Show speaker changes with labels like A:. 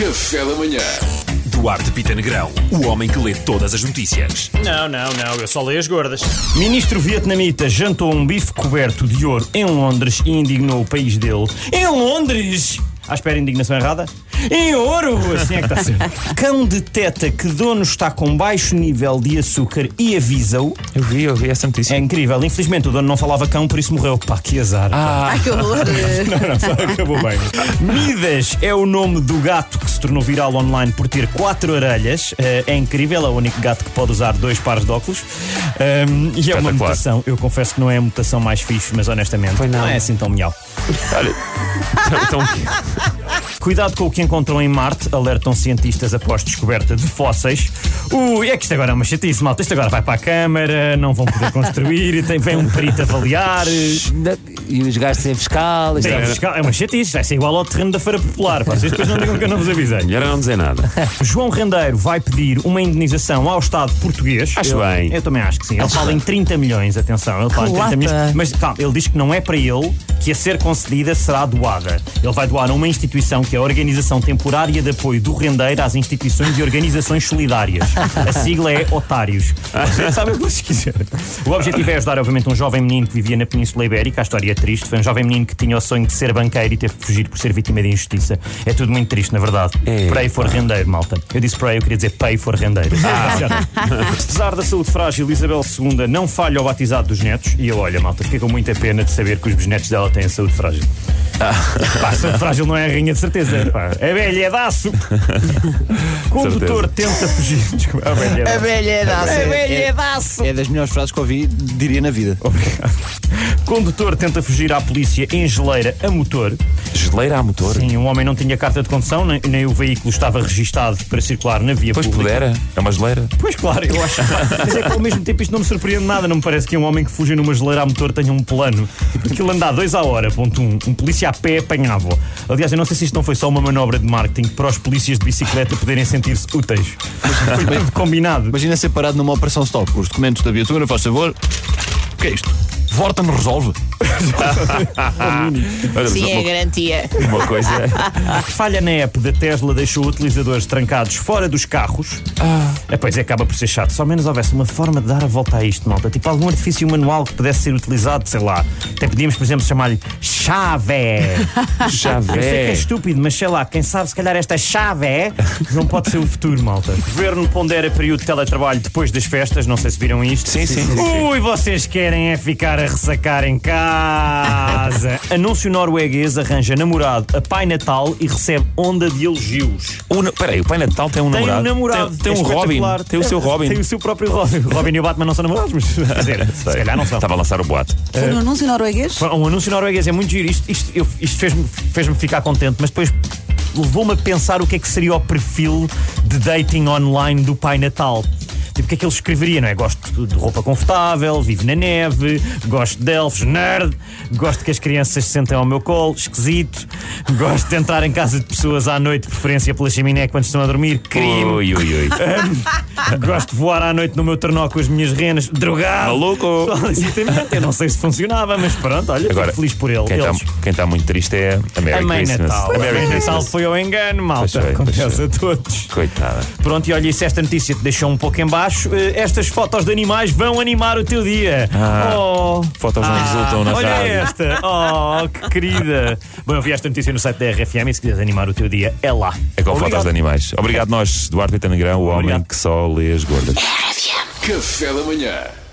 A: Café da manhã.
B: Duarte Pita Negrão, o homem que lê todas as notícias.
C: Não, não, não, eu só leio as gordas.
D: Ministro vietnamita jantou um bife coberto de ouro em Londres e indignou o país dele. Em Londres! À espera, indignação errada? Em ouro! Assim é que está a ser. Cão deteta que dono está com baixo nível de açúcar e avisa-o.
E: Eu vi, eu vi essa notícia.
D: É incrível. Infelizmente, o dono não falava cão, por isso morreu. Pá, que azar.
E: Ah,
F: Ai, que horror!
D: Acabou bem. Midas é o nome do gato que se tornou viral online por ter quatro orelhas. Eh, É incrível, é o único gato que pode usar dois pares de óculos. Ahm, e é uma
E: Espetacular.
D: mutação. Eu confesso que não é a mutação mais fixe, mas honestamente,
E: Pois não.
D: é assim tão miau.
E: Olha, então,
D: Cuidado com o que encontram em Marte, alertam cientistas após descoberta de fósseis. Ui, é que isto agora é uma chatice, malta. Isto agora vai para a Câmara, não vão poder construir, tem, vem um perito avaliar.
E: e os gajos sem fiscal.
D: Sim,
E: Melhor
D: fiscal- É uma chatice, vai ser igual ao terreno da Feira Popular. pá. Vocês depois não digam que eu não vos avisei.
E: era é não dizer nada.
D: João Rendeiro vai pedir uma indenização ao Estado português.
E: Acho
D: eu,
E: bem.
D: Eu também acho que sim. Ele fala em 30 milhões, atenção. Ele fala em 30
F: lata.
D: milhões. Mas calma, ele diz que não é para ele que a ser concedida será doada. Ele vai doar a uma instituição que é a Organização Temporária de Apoio do Rendeiro às Instituições e Organizações Solidárias. A sigla é Otários. Vocês sabem o que vocês quiserem. O objetivo é ajudar, obviamente, um jovem menino que vivia na Península Ibérica. A história é triste. Foi um jovem menino que tinha o sonho de ser banqueiro e teve que fugir por ser vítima de injustiça. É tudo muito triste, na verdade.
E: É.
D: Pray for rendeiro, malta. Eu disse pray, eu queria dizer pay for rendeiro. Ah. Apesar da saúde frágil, Isabel II não falha ao batizado dos netos. E eu, olha, malta, fiquei com muita pena de saber que os bisnetos dela têm saúde frágil. Ah. Pá, saúde frágil não é a rainha de certeza. Pá. A velha é daço. Condutor tenta fugir. Desculpa, A velha é daço.
G: É das melhores frases que ouvi, diria na vida.
D: Condutor tenta fugir à polícia em geleira a motor.
E: Geleira a motor.
D: Sim, um homem não tinha carta de condução, nem, nem o veículo estava registado para circular na via
E: Pois
D: pública.
E: pudera. É uma geleira.
D: Pois claro, eu acho. Mas é que ao mesmo tempo isto não me surpreende nada. Não me parece que um homem que fuja numa geleira a motor tenha um plano. Tipo, aquilo anda a dois à hora, ponto um. Um polícia a pé apanhava. Aliás, eu não sei se isto não foi só uma manobra de marketing para os polícias de bicicleta poderem sentir-se úteis. Foi tudo combinado.
G: Imagina ser parado numa operação stop. Os documentos da viatura, faz favor. O que é isto? Volta me resolve.
E: Olha, mas
F: Sim, é
E: uma,
F: garantia.
E: uma coisa.
D: Falha na app da Tesla deixou utilizadores trancados fora dos carros. Ah. Pois é, acaba por ser chato. Só menos houvesse uma forma de dar a volta a isto, malta. Tipo algum artifício manual que pudesse ser utilizado, sei lá. Até podíamos, por exemplo, chamar-lhe chave. Eu sei que é
E: Chavé.
D: estúpido, mas sei lá, quem sabe se calhar esta chave é. Não pode ser o futuro, malta. Governo pondera período de teletrabalho depois das festas, não sei se viram isto. Sim, sim. Ui, vocês querem é ficar a ressacar em casa. Anúncio norueguês arranja namorado a Pai Natal e recebe onda de elogios.
E: Um- Peraí, o Pai Natal tem um
D: Tem
E: namorado.
D: um namorado.
E: Tem, tem
D: é
E: um Robin.
D: espetacular.
E: Tem o seu Robin.
D: Tem o seu próprio Robin. O Robin e o Batman não são namorados, mas. Quer dizer, se calhar não são.
E: Estava a lançar o boato.
F: Foi no anúncio norueguês?
D: Um anúncio norueguês é muito giro. Isto, isto, eu- isto fez-me fez-me ficar contente, mas depois levou-me a pensar o que é que seria o perfil de dating online do Pai Natal. Tipo, o que é que ele escreveria, não é? Gosto de roupa confortável, vivo na neve, gosto de elfos, nerd, gosto que as crianças se sentem ao meu colo, esquisito, gosto de entrar em casa de pessoas à noite, de preferência pela chaminé quando estão a dormir, crime,
E: Ui, ui, ui. Tá
D: gosto de voar à noite no meu tornó com as minhas renas, drogado.
E: Maluco.
D: Exatamente. Eu não sei se funcionava, mas pronto, olha,
E: Agora,
D: fico feliz por ele.
E: Quem é
D: Eles.
E: está muito triste é a Merry
D: A mãe
E: Christmas.
D: Natal.
E: A
D: A
E: Merry
D: mãe Natal
E: Christmas.
D: foi ao engano, malta.
E: Pois foi, pois
D: Acontece
E: foi.
D: a todos.
E: Coitada.
D: Pronto, e olha, e se esta notícia te deixou um pouco em baixo, eh, estas fotos de animais vão animar o teu dia.
E: Ah.
D: Oh,
E: Fotos não resultam na
D: olha
E: rádio.
D: esta. Oh, que querida. Bom, eu vi esta notícia no site da RFM e se quiseres animar o teu dia, é lá.
E: É com
D: Obrigado.
E: fotos de animais. Obrigado nós, Duarte Pita Negrão, o homem
D: Obrigado.
E: que só lê as gordas.
A: Café da manhã.